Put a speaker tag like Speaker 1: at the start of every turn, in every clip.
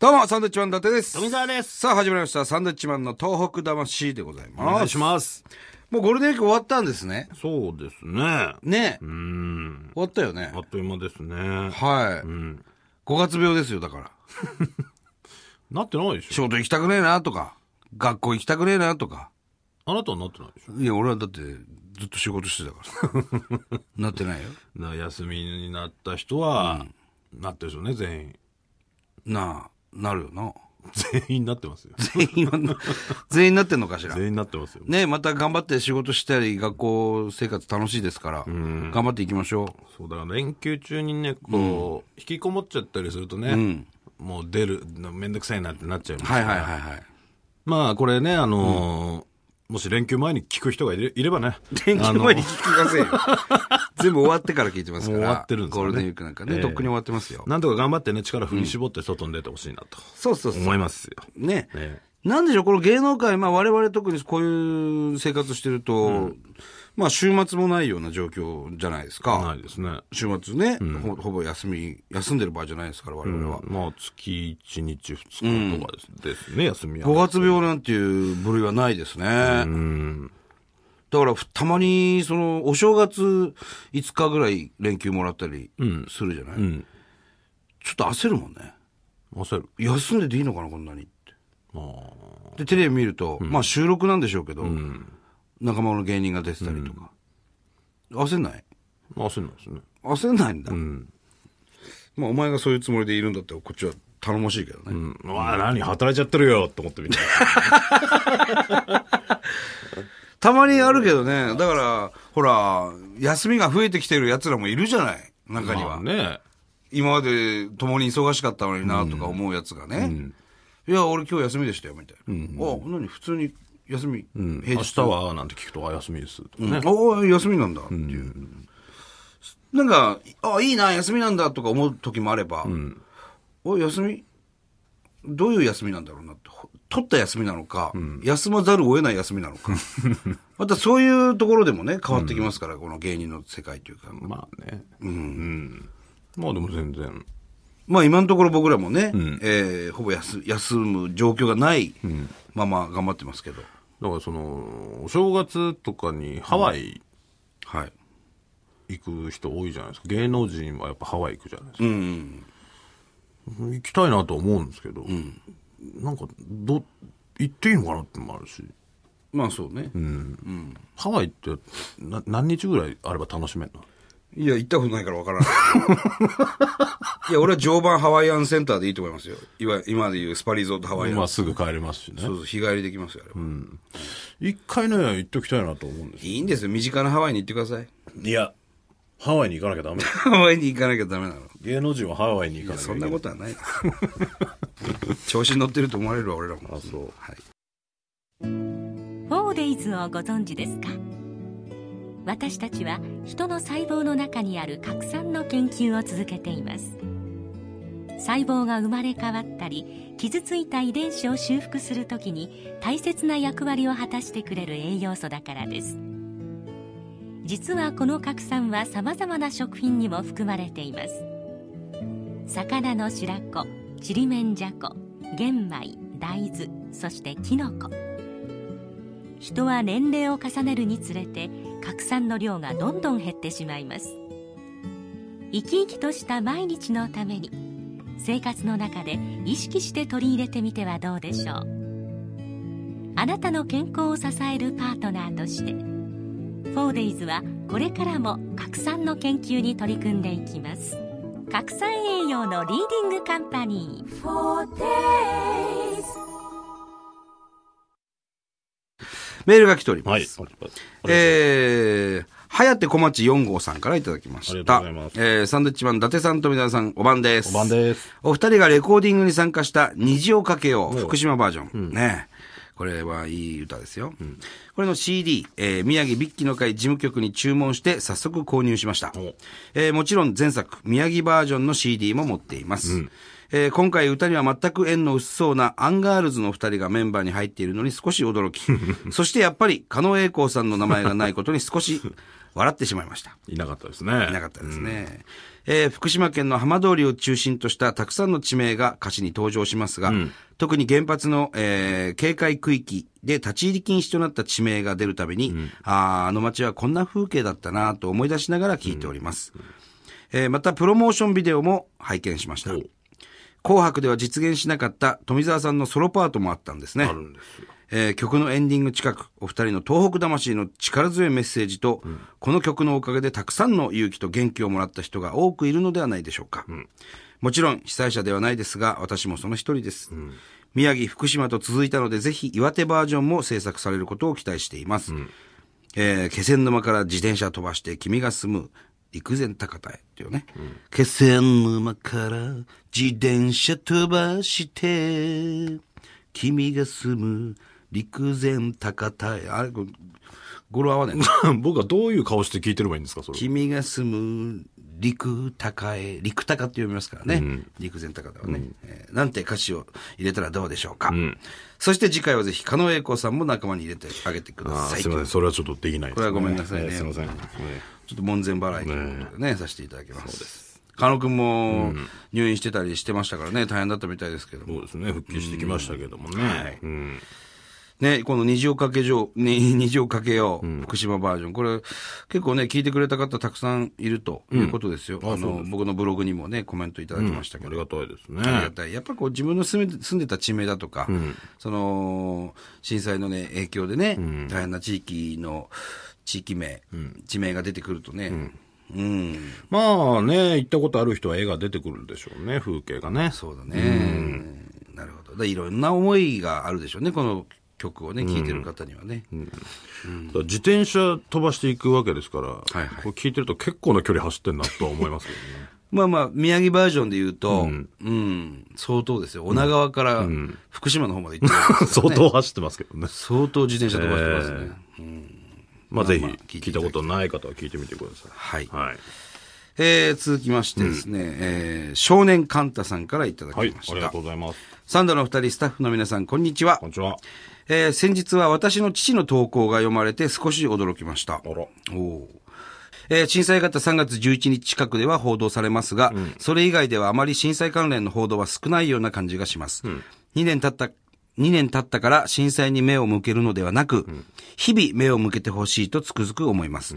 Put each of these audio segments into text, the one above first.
Speaker 1: どうも、サンドウィッチマン伊達です。
Speaker 2: 富澤です
Speaker 1: さあ、始まりました。サンドウィッチマンの東北魂でございます。
Speaker 2: お願いします。
Speaker 1: もうゴールデンウィーク終わったんですね。
Speaker 2: そうですね。
Speaker 1: ねえ
Speaker 2: うーん。
Speaker 1: 終わったよね
Speaker 2: あ。っという間ですね。
Speaker 1: はい。
Speaker 2: ん
Speaker 1: 五月病ですよ、だから。
Speaker 2: なってないでし
Speaker 1: 仕
Speaker 2: ょ
Speaker 1: 事行きたくねえなとか、学校行きたくねえなとか。
Speaker 2: あなたはなってないでしょ
Speaker 1: いや、俺はだってずっと仕事してた から。なってないよ。
Speaker 2: だから休みになった人は、なってるでしょうね、全員。
Speaker 1: なあ、なるよな。
Speaker 2: 全員なってますよ。
Speaker 1: 全員はな、全員なってんのかしら。
Speaker 2: 全員なってますよ。
Speaker 1: ねえまた頑張って仕事したり、学校生活楽しいですから、頑張っていきましょ
Speaker 2: そうだから連休中にね、こう、引きこもっちゃったりするとね、もう出る、めんどくさいなってなっちゃいま
Speaker 1: う。
Speaker 2: す。
Speaker 1: はいはいはいはい。
Speaker 2: まあこれね、あのーもし連休前に聞く人がいれいればね。
Speaker 1: 天気前に聞きませんよ。 全部終わってから聞いてますから。
Speaker 2: もう終わってるんですよね
Speaker 1: ゴールデンウィークなんかね、
Speaker 2: ええ
Speaker 1: とっくに終わってますよ。
Speaker 2: なんとか頑張ってね、力振り絞って外に出てほしいなと
Speaker 1: そうそうそう。
Speaker 2: 思いますよ。
Speaker 1: ね。
Speaker 2: え
Speaker 1: なんでしょう、この芸能界、まあ我々特にこういう生活してると、まあ週末もないような状況じゃないですか。
Speaker 2: ないですね。
Speaker 1: 週末ね、ほ、ほぼ休み、休んでる場合じゃないですから、我々は。
Speaker 2: まあ、月1日2日とかです,、ですね、休みは。
Speaker 1: 五月病なんていう部類はないですね。
Speaker 2: うん。
Speaker 1: だから、ふたまに、その、お正月5日ぐらい連休もらったりするじゃない、
Speaker 2: うん。
Speaker 1: ちょっと焦るもんね。
Speaker 2: 焦る。
Speaker 1: 休んでていいのかな、こんなにって。
Speaker 2: あ
Speaker 1: で、テレビ見ると、まあ収録なんでしょうけど、仲間の芸人が出てたりとか。焦んない
Speaker 2: あ。焦るんですね。
Speaker 1: 焦んないんだ。
Speaker 2: ん
Speaker 1: まあお前がそういうつもりでいるんだったら、こっちは頼もしいけどね。
Speaker 2: うん。うわあ、何働いちゃってるよって思ってみた。
Speaker 1: たまにあるけどね、だから、ほら、休みが増えてきてる奴らもいるじゃない中には。
Speaker 2: まあね。
Speaker 1: 今まで共に忙しかったのになとか思うやつがね。いや、俺今日休みでしたよ、みたいな。あ、何普通に休み、平
Speaker 2: 明
Speaker 1: 日
Speaker 2: 日は、なんて聞くと、あ、休みです。とかね。
Speaker 1: おお休みなんだっていう、なんかあいいな休みなんだとか思う時もあれば、お休みどういう休みなんだろうなってほ取った休みなのか、休まざるを得ない休みな のかまたそういうところでもね変わってきますから、この芸人の世界というか
Speaker 2: まあね。うん。まあでも全然。
Speaker 1: まあ今のところ僕らもね、えーほぼ休休む状況がないまま頑張ってますけど、
Speaker 2: だからその、お正月とかにハワイ
Speaker 1: はい
Speaker 2: 行く人多いじゃないですか。芸能人はやっぱハワイ行くじゃないですか
Speaker 1: うんうん
Speaker 2: 行きたいなとは思うんですけど、なんかど行っていいのかなってのもあるし
Speaker 1: まあそうね、
Speaker 2: ハワイってな何日ぐらいあれば楽しめるの
Speaker 1: いや、行ったことないからわ からない。いや、俺は常磐ハワイアンセンターでいいと思いますよ。いわ今でいうスパリゾートハワイアン。
Speaker 2: 今すぐ帰れますしね
Speaker 1: そうそう、日帰りできますよ、あれは
Speaker 2: 一回ね行っときたいなと思うんですよ
Speaker 1: いいんですよ、身近なハワイに行ってください。
Speaker 2: いやハワイに行かなきゃダメだ
Speaker 1: ハワイに行かなきゃダメなの。
Speaker 2: 芸能人はハワイに行かなきゃ
Speaker 1: そんなことはない。 調子に乗ってると思われるわ、俺らも。
Speaker 2: あそう
Speaker 1: はい。
Speaker 3: フォーデイズをご存知ですか私たちは人の細胞の中にある核酸の研究を続けています細胞が生まれ変わったり傷ついた遺伝子を修復するときに大切な役割を果たしてくれる栄養素だからです実はこの核酸はさまざまな食品にも含まれています魚の白子ちりめんじゃこ玄米大豆そしてきのこ人は年齢を重ねるにつれて核酸の量がどんどん減ってしまいます生き生きとした毎日のために生活の中で意識して取り入れてみてはどうでしょうあなたの健康を支えるパートナーとして 4days はこれからも核酸の研究に取り組んでいきます核酸栄養のリーディングカンパニー
Speaker 1: メールが来ております。
Speaker 2: はい
Speaker 1: え
Speaker 2: え
Speaker 1: ー、はやて小町4号さんからいただきました。
Speaker 2: ありがとうございます
Speaker 1: えー、サンドウィッチマン、伊達さん、富田さん、おばんです。
Speaker 2: お晩です。
Speaker 1: お二人がレコーディングに参加した虹をかけよう、福島バージョン。ねこれはいい歌ですよ。これの CD、えー宮城ビッキの会事務局に注文して早速購入しました
Speaker 2: お。
Speaker 1: えーもちろん前作、宮城バージョンの CD も持っています。えー今回歌には全く縁の薄そうなアンガールズの二人がメンバーに入っているのに少し 驚き、そしてやっぱり、加納栄光さんの名前がないことに少し笑ってしまいました。
Speaker 2: いなかったですね
Speaker 1: いなかったですね。えー福島県の浜通りを中心としたたくさんの地名が歌詞に登場しますが、特に原発の、えー警戒区域で立ち入り禁止となった地名が出るたびに、あーあの街はこんな風景だったなと思い出しながら聞いております。えーまたプロモーションビデオも拝見しました。紅白では実現しなかった富澤さんのソロパートもあったんですね。
Speaker 2: あるんですよ。
Speaker 1: えー曲のエンディング近く、お二人の東北魂の力強いメッセージと、この曲のおかげでたくさんの勇気と元気をもらった人が多くいるのではないでしょうか。もちろん被災者ではないですが、私もその一人です。宮城、福島と続いたので、ぜひ岩手バージョンも制作されることを期待しています。えー気仙沼から自転車飛ばして君が住む陸前高田へっていうね、気仙沼から自転車飛ばして君が住む陸前高田へあれこれ語呂合わないな
Speaker 2: 僕はどういう顔して聞いてればいいんですか、それ。
Speaker 1: 君が住む陸高へ陸高って読みますからね、陸前高田はね、えーなんて歌詞を入れたらどうでしょうか、そして次回はぜひ狩野英孝さんも仲間に入れてあげてくだ
Speaker 2: あー
Speaker 1: さい
Speaker 2: すみません、それはちょっとできないです、ね。
Speaker 1: これはごめんなさいね
Speaker 2: えーすみません。え
Speaker 1: ちょっと門前払いということでね、させていただきます。そうです。狩野くんも入院してたりしてましたからね、大変だったみたいですけど
Speaker 2: ー
Speaker 1: も。
Speaker 2: そうですね、復帰してきましたけどもね。
Speaker 1: はい
Speaker 2: うん
Speaker 1: ね、この虹をかけ よう、に虹をかけよう、福島バージョン。これ、結構ね、聞いてくれた方たくさんいるということですよ。あの、僕のブログにもね、コメントいただきましたけ
Speaker 2: あ
Speaker 1: ど。
Speaker 2: りがたいですね。
Speaker 1: ありがたい。やっぱこう自分の住め住んでた地名だとか、その、震災のね、影響でね、大変な地域の、地域名、地名が出てくるとね、うん、
Speaker 2: まあね、行ったことある人は絵が出てくるんでしょうね、風景がね。
Speaker 1: そうだね。なるほど。でいろんな思いがあるでしょうね、この曲をね、聴いてる方にはね。
Speaker 2: 自転車飛ばしていくわけですから、
Speaker 1: はい
Speaker 2: これ聞いてると結構な距離走ってんなとは思いますけどね。
Speaker 1: まあまあ、宮城バージョンで言うと、うん、相当ですよ。女川から福島の方まで行って るんですから
Speaker 2: 相
Speaker 1: ね
Speaker 2: 当走ってますけどね。
Speaker 1: 相当自転車飛ばしてますね。
Speaker 2: まあぜひ
Speaker 1: まあまあ、
Speaker 2: 聞いたことない方は聞いてみてください。
Speaker 1: はい
Speaker 2: はい。
Speaker 1: えー続きましてですね、えー少年カンタさんからいただき
Speaker 2: はい、
Speaker 1: まし
Speaker 2: あ
Speaker 1: た。
Speaker 2: りがとうございます。
Speaker 1: サンドのお二人、スタッフの皆さん、こんにちは
Speaker 2: こん。にちは。
Speaker 1: えー先日は私の父の投稿が読まれて少し驚きました。
Speaker 2: あら。
Speaker 1: おお。えー震災があった3月11日近くでは報道されますが、それ以外ではあまり震災関連の報道は少ないような感じがします。2年経った、2年経ったから震災に目を向けるのではなく、日々目を向けてほしいとつくづく思います。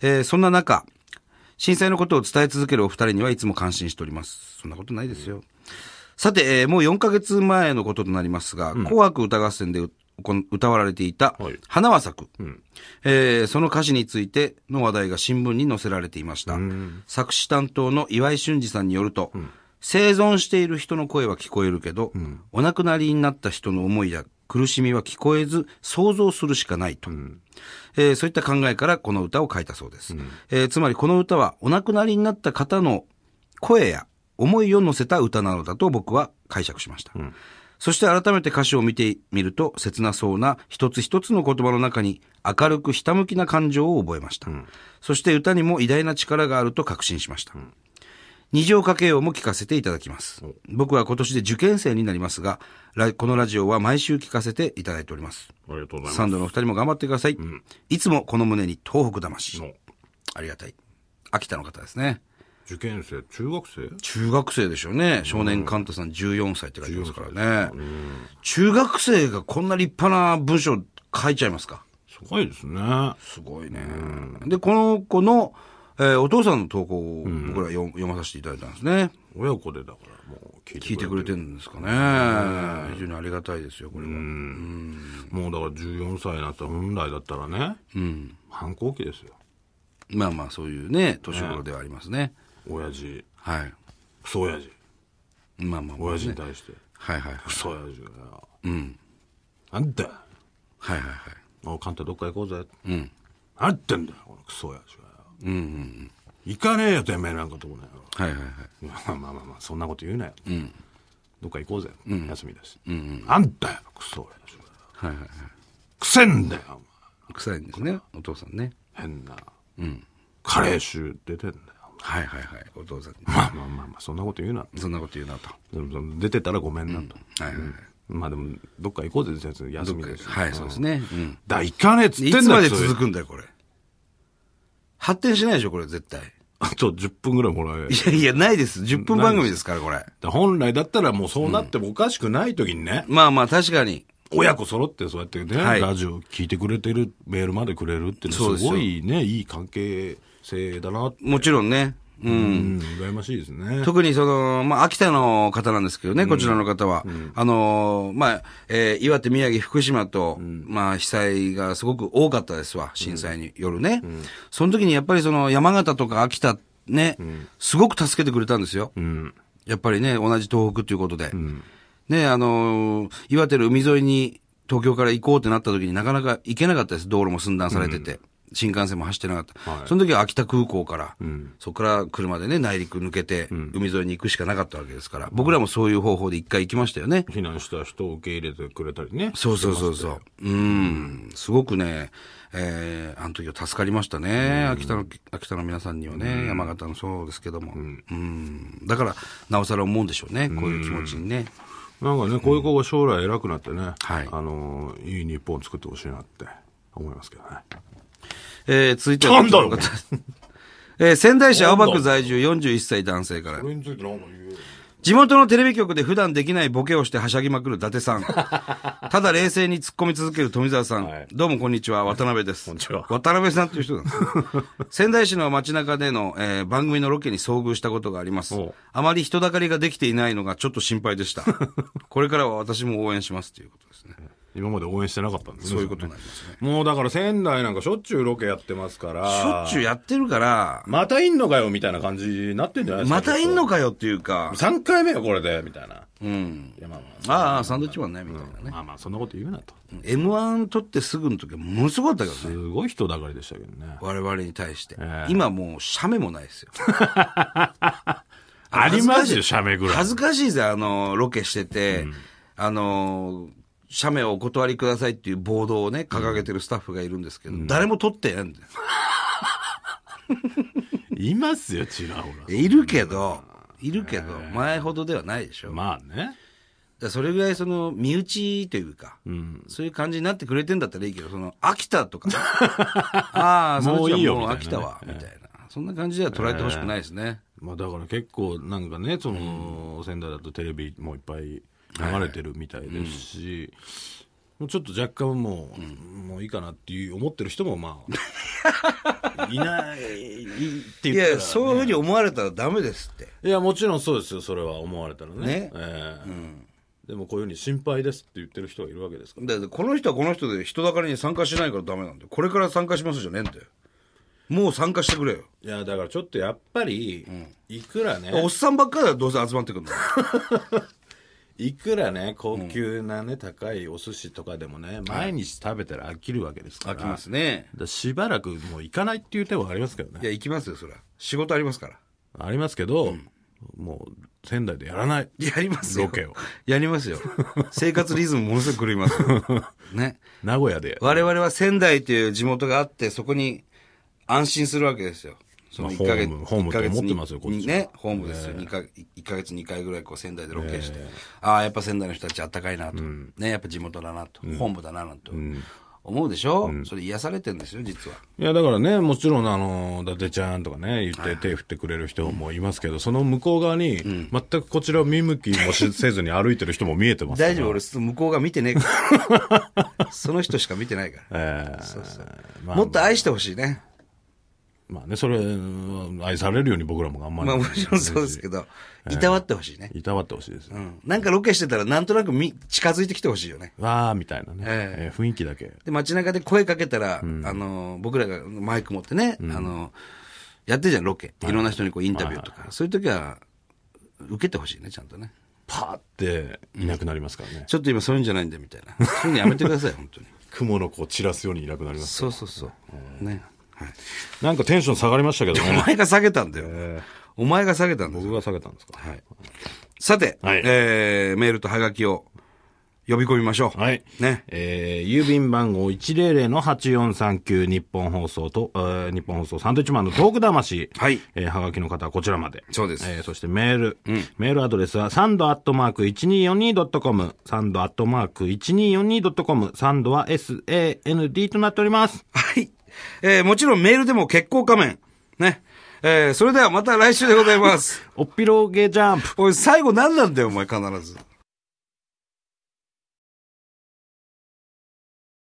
Speaker 1: えーそんな中、震災のことを伝え続けるお二人にはいつも感心しております。そんなことないですよ。さて、えーもう4ヶ月前のこととなりますが、紅白歌合戦でうこん歌われていた
Speaker 2: はい、
Speaker 1: 花は咲く、えーその歌詞についての話題が新聞に載せられていました。作詞担当の岩井俊二さんによると、生存している人の声は聞こえるけど、お亡くなりになった人の思いや苦しみは聞こえず、想像するしかないと。えーそういった考えからこの歌を書いたそうです、えーつまりこの歌はお亡くなりになった方の声や思いを乗せた歌なのだと僕は解釈しました。そして改めて歌詞を見てみると、切なそうな一つ一つの言葉の中に明るくひたむきな感情を覚えました。そして歌にも偉大な力があると確信しました。虹をかけようも聞かせていただきます。僕は今年で受験生になりますが、ラこのラジオは毎週聞かせていただいております。
Speaker 2: ありがとうござい
Speaker 1: サ
Speaker 2: ま
Speaker 1: ンドのお二人も頑張ってください。いつもこの胸に東北魂
Speaker 2: す。。の
Speaker 1: ありがたい。秋田の方ですね。
Speaker 2: 受験生、中学生
Speaker 1: 中学生でしょうね。少年カンタさん14歳って書いてますからね。中学生がこんな立派な文章書いちゃいますか
Speaker 2: すごいですね。あ
Speaker 1: すごいね。で、この子の、えーお父さんの投稿を僕ら読,、読まさせていただいたんですね。
Speaker 2: 親子でだから、もう聞い
Speaker 1: 聞い
Speaker 2: て
Speaker 1: て
Speaker 2: く
Speaker 1: く
Speaker 2: れ
Speaker 1: れ
Speaker 2: て
Speaker 1: てるんですかね。非常にありがたいですよ、これは。
Speaker 2: もうだから14歳になったら本来だったらね、反抗期ですよ。
Speaker 1: まあまあ、そういうね、年頃ではありますね。
Speaker 2: 親父、
Speaker 1: はい。
Speaker 2: クソ親父、
Speaker 1: まあまあ、
Speaker 2: 親父に対して、
Speaker 1: はいはいはい。
Speaker 2: クソ親父がよ。なんだよ
Speaker 1: はいはいはい。
Speaker 2: おカンタどっか行こうぜ。
Speaker 1: ん
Speaker 2: 何言ってんだよ、このクソ親父がよ。
Speaker 1: うんうん
Speaker 2: 行かねえよ、てめえなんかとこね。
Speaker 1: うん。はいはいはい。
Speaker 2: まあまあまあまあ、そんなこと言うなよ。どっか行こうぜ。休みだし。
Speaker 1: うんうん。
Speaker 2: あんだよ、クソ親父がよ。
Speaker 1: はいはいはい。
Speaker 2: くせんだよ、お前
Speaker 1: 臭いんですね、お父さんね。
Speaker 2: 変な。
Speaker 1: うん。
Speaker 2: カレー臭出てんだよ。
Speaker 1: はいはいはい。お父さんに。
Speaker 2: まあまあまあまあ、そんなこと言うな。
Speaker 1: そんなこと言うなと。
Speaker 2: でもその出てたらごめんなと。
Speaker 1: はいはいはい。
Speaker 2: まあでも、どっか行こうぜ、先生。休みだし。
Speaker 1: はい、そうです。ね。うん。
Speaker 2: だ、行かねえっつってん
Speaker 1: い
Speaker 2: だ
Speaker 1: つまで
Speaker 2: クソ
Speaker 1: 続くんだよ、これ。発展しないでしょ、これ、絶対。
Speaker 2: あと10分ぐらいもらえ。
Speaker 1: いやいや、ないです。10分番組ですから、これ。
Speaker 2: 本来だったらもうそうなってもおかしくない時にね、
Speaker 1: まあまあ、確かに。
Speaker 2: 親子揃ってそうやってね、
Speaker 1: はい
Speaker 2: ラジオ聞いてくれてる、メールまでくれるっていう
Speaker 1: そうです
Speaker 2: のはす
Speaker 1: よ
Speaker 2: ごいね、いい関係性だなって。
Speaker 1: もちろんね。う。
Speaker 2: うんん、羨ましいで すね。
Speaker 1: 特にその、まあ、秋田の方なんですけどね、こちらの方は。あのー、まあ、えー岩手、宮城、福島と、まあ、被災がすごく多かったですわ、震災によるね。その時にやっぱりその、山形とか秋田ね、すごく助けてくれたんですよ。
Speaker 2: うん。
Speaker 1: やっぱりね、同じ東北ということで。ね、あのー岩手の海沿いに東京から行こうってなった時になかなか行けなかったです。道路も寸断されてて。新幹線も走ってなかった。
Speaker 2: はい
Speaker 1: その時は秋田空港から、
Speaker 2: ん
Speaker 1: そこから車でね、内陸抜けて、海沿いに行くしかなかったわけですから、僕らもそういう方法で一回行きましたよね。
Speaker 2: 避難した人を受け入れてくれたりね。
Speaker 1: そうそうそうそう。うん。すごくね、えー、あの時は助かりましたね。秋田の、秋田の皆さんにはね、山形のそうですけども。うん。だから、なおさら思うんでしょうね。こういう気持ちにね。
Speaker 2: なんかね、こういう子が将来偉くなってね、
Speaker 1: はい
Speaker 2: あのー、いい日本を作ってほしいなって思いますけどね。
Speaker 1: えー、続いては。
Speaker 2: なんだろう
Speaker 1: えー、仙台市青葉区在住41歳男性から。
Speaker 2: れについて何か言う
Speaker 1: 地元のテレビ局で普段できないボケをしてはしゃぎまくる伊達 さん。ただ冷静に突っ込み続ける富澤さん。
Speaker 2: はい
Speaker 1: どうもこんにちは、渡辺です。
Speaker 2: こんにちは
Speaker 1: 渡辺さんという人 なんです。仙台市の街中での、えー番組のロケに遭遇したことがあります
Speaker 2: おう。
Speaker 1: あまり人だかりができていないのがちょっと心配で した。これからは私も応援しますということですね。
Speaker 2: 今まで応援してなかったんですね。
Speaker 1: そういうことに
Speaker 2: ね
Speaker 1: なりますね。
Speaker 2: もうだから仙台なんかしょっちゅうロケやってますから。
Speaker 1: しょっちゅうやってるから、
Speaker 2: またいんのかよみたいな感じになってんじゃないですか。
Speaker 1: またいんのかよっていうか、
Speaker 2: ?3 回目よこれで、みたいな。
Speaker 1: うん。
Speaker 2: いやまあまあ
Speaker 1: ああ、サンドイッチマンね、みたいなね。
Speaker 2: まあまあ、そんなこと言うなと。
Speaker 1: M1 取ってすぐの時はものすごかったけどね。
Speaker 2: すごい人だかりでしたけどね。
Speaker 1: 我々に対して。
Speaker 2: ええ
Speaker 1: 今もう、写メもないですよ。
Speaker 2: あります
Speaker 1: 恥ずか
Speaker 2: よ、
Speaker 1: しい
Speaker 2: シャメぐらい
Speaker 1: 恥。ずかしいぜ、あの、ロケしてて、あの、写メをお断りくださいっていうボードをね、掲げてるスタッフがいるんですけど、誰も撮ってないんだよ。
Speaker 2: いますよ、ちらほら。
Speaker 1: いるけど、いるけど、前ほどではないでしょ。だか
Speaker 2: まあね。
Speaker 1: らそれぐらいその、身内というか、そういう感じになってくれてんだったらいいけど、その、秋田とか、 ああ、そのうちはもう秋田は、みたいな。そんな感じでは捉えてほしくないですね。
Speaker 2: まあだから結構なんかね、その、仙台だとテレビもいっぱい流れてるみたいですし、もうちょっと若干もう、もういいかなっていう思ってる人もま あ、いないって言
Speaker 1: い
Speaker 2: ったら、ね。
Speaker 1: や、そういうふうに思われたらダメですって。
Speaker 2: いや、もちろんそうですよ、それは思われたらね。
Speaker 1: ね
Speaker 2: ええでもこういうふうに心配ですって言ってる人がいるわけですから。
Speaker 1: だってこの人はこの人で人だかりに参加しないからダメなんだよ。これから参加しますじゃねえんだよ。もう参加してくれよ。
Speaker 2: いや、だからちょっとやっぱり、いくらね、
Speaker 1: おっさんばっかりだよどうせ集まってくるの。
Speaker 2: いくらね、高級なね、高いお寿司とかでもね、毎日食べたら飽きるわけですか ら。
Speaker 1: 飽きますね。
Speaker 2: だからしばらくもう行かないっていう手はありますけど
Speaker 1: い
Speaker 2: ね。
Speaker 1: や、行きますよ、そりゃ。仕事ありますから。
Speaker 2: ありますけど、もう仙台でやらない。
Speaker 1: やりますよ。
Speaker 2: ロケを。
Speaker 1: やりますよ。生活リズムものすごく狂いますよ。 ね。
Speaker 2: 名古屋で。
Speaker 1: 我々は仙台という地元があって、そこに安心するわけですよ。そ
Speaker 2: まあ
Speaker 1: 一ヶ月
Speaker 2: ホームホームと思ってますよ
Speaker 1: 一ヶ月に
Speaker 2: こっちは
Speaker 1: ね、ホームですよ。二か1ヶ月2回ぐらいこう仙台でロケして、ああ、やっぱ仙台の人たちあったかいなと、ね、やっぱ地元だなと、ホームだななんて思うでしょ、それ癒されてるんですよ、実は。
Speaker 2: いや、だからね、もちろん、あの、伊達ちゃんとかね、言って手振ってくれる人もいますけど、その向こう側に、全くこちらを見向きもしせずに歩いてる人も見えてますから。
Speaker 1: 大丈夫、俺、向こうが見てねえ から。その人しか見てないから。
Speaker 2: ええ
Speaker 1: そうそう
Speaker 2: まあ
Speaker 1: もっと愛してほしいね。
Speaker 2: まあね、それ、うん愛されるように僕らも頑張り
Speaker 1: まあ
Speaker 2: ま
Speaker 1: も
Speaker 2: す
Speaker 1: ちろんそうですけど、いたわってほしいね。
Speaker 2: いたわってほしいですね。
Speaker 1: うんなんかロケしてたらなんとなくみ近づいてきてほしいよね。
Speaker 2: わー、みたいなね、
Speaker 1: え
Speaker 2: えー雰囲気だけ。
Speaker 1: で、街中で声かけたら、あの、僕らがマイク持ってね、あの、やってるじゃん、ロケ。いろんな人にこうインタビューとか。そういう時は、受けてほしいね、ちゃんとね。
Speaker 2: パーっていなくなりますからね。
Speaker 1: ちょっと今そういうんじゃないんで、みたい な。そういうのやめてください、本当に。
Speaker 2: 雲の子を散らすようにいなくなります。
Speaker 1: そうそうそう。ね。はい
Speaker 2: なんかテンション下がりましたけ ど
Speaker 1: お
Speaker 2: ね。
Speaker 1: 前が下げたんだよ。
Speaker 2: え
Speaker 1: お前が下げたんだ
Speaker 2: ー
Speaker 1: よ。
Speaker 2: 僕が下げたんですか。はい。
Speaker 1: さて、
Speaker 2: はい
Speaker 1: えー、メールとハガキを呼び込みましょう。
Speaker 2: はい。
Speaker 1: ね。
Speaker 2: えー郵便番号100-8439日本放送と、えー日本放送サンドイッチマンのトーク魂。
Speaker 1: はい
Speaker 2: えーはがきの方はこちらまで。
Speaker 1: そうです
Speaker 2: えーそしてメール。メールアドレスはサンドアットマーク 1242.com。サンドアットマーク 1242.com。サンドは SAND となっております。
Speaker 1: はい。えーもちろんメールでも結構仮面。ね。えー、それではまた来週でございます。
Speaker 2: おっぴろげジャンプ
Speaker 1: おい、最後何なんだよ、お前、必ず。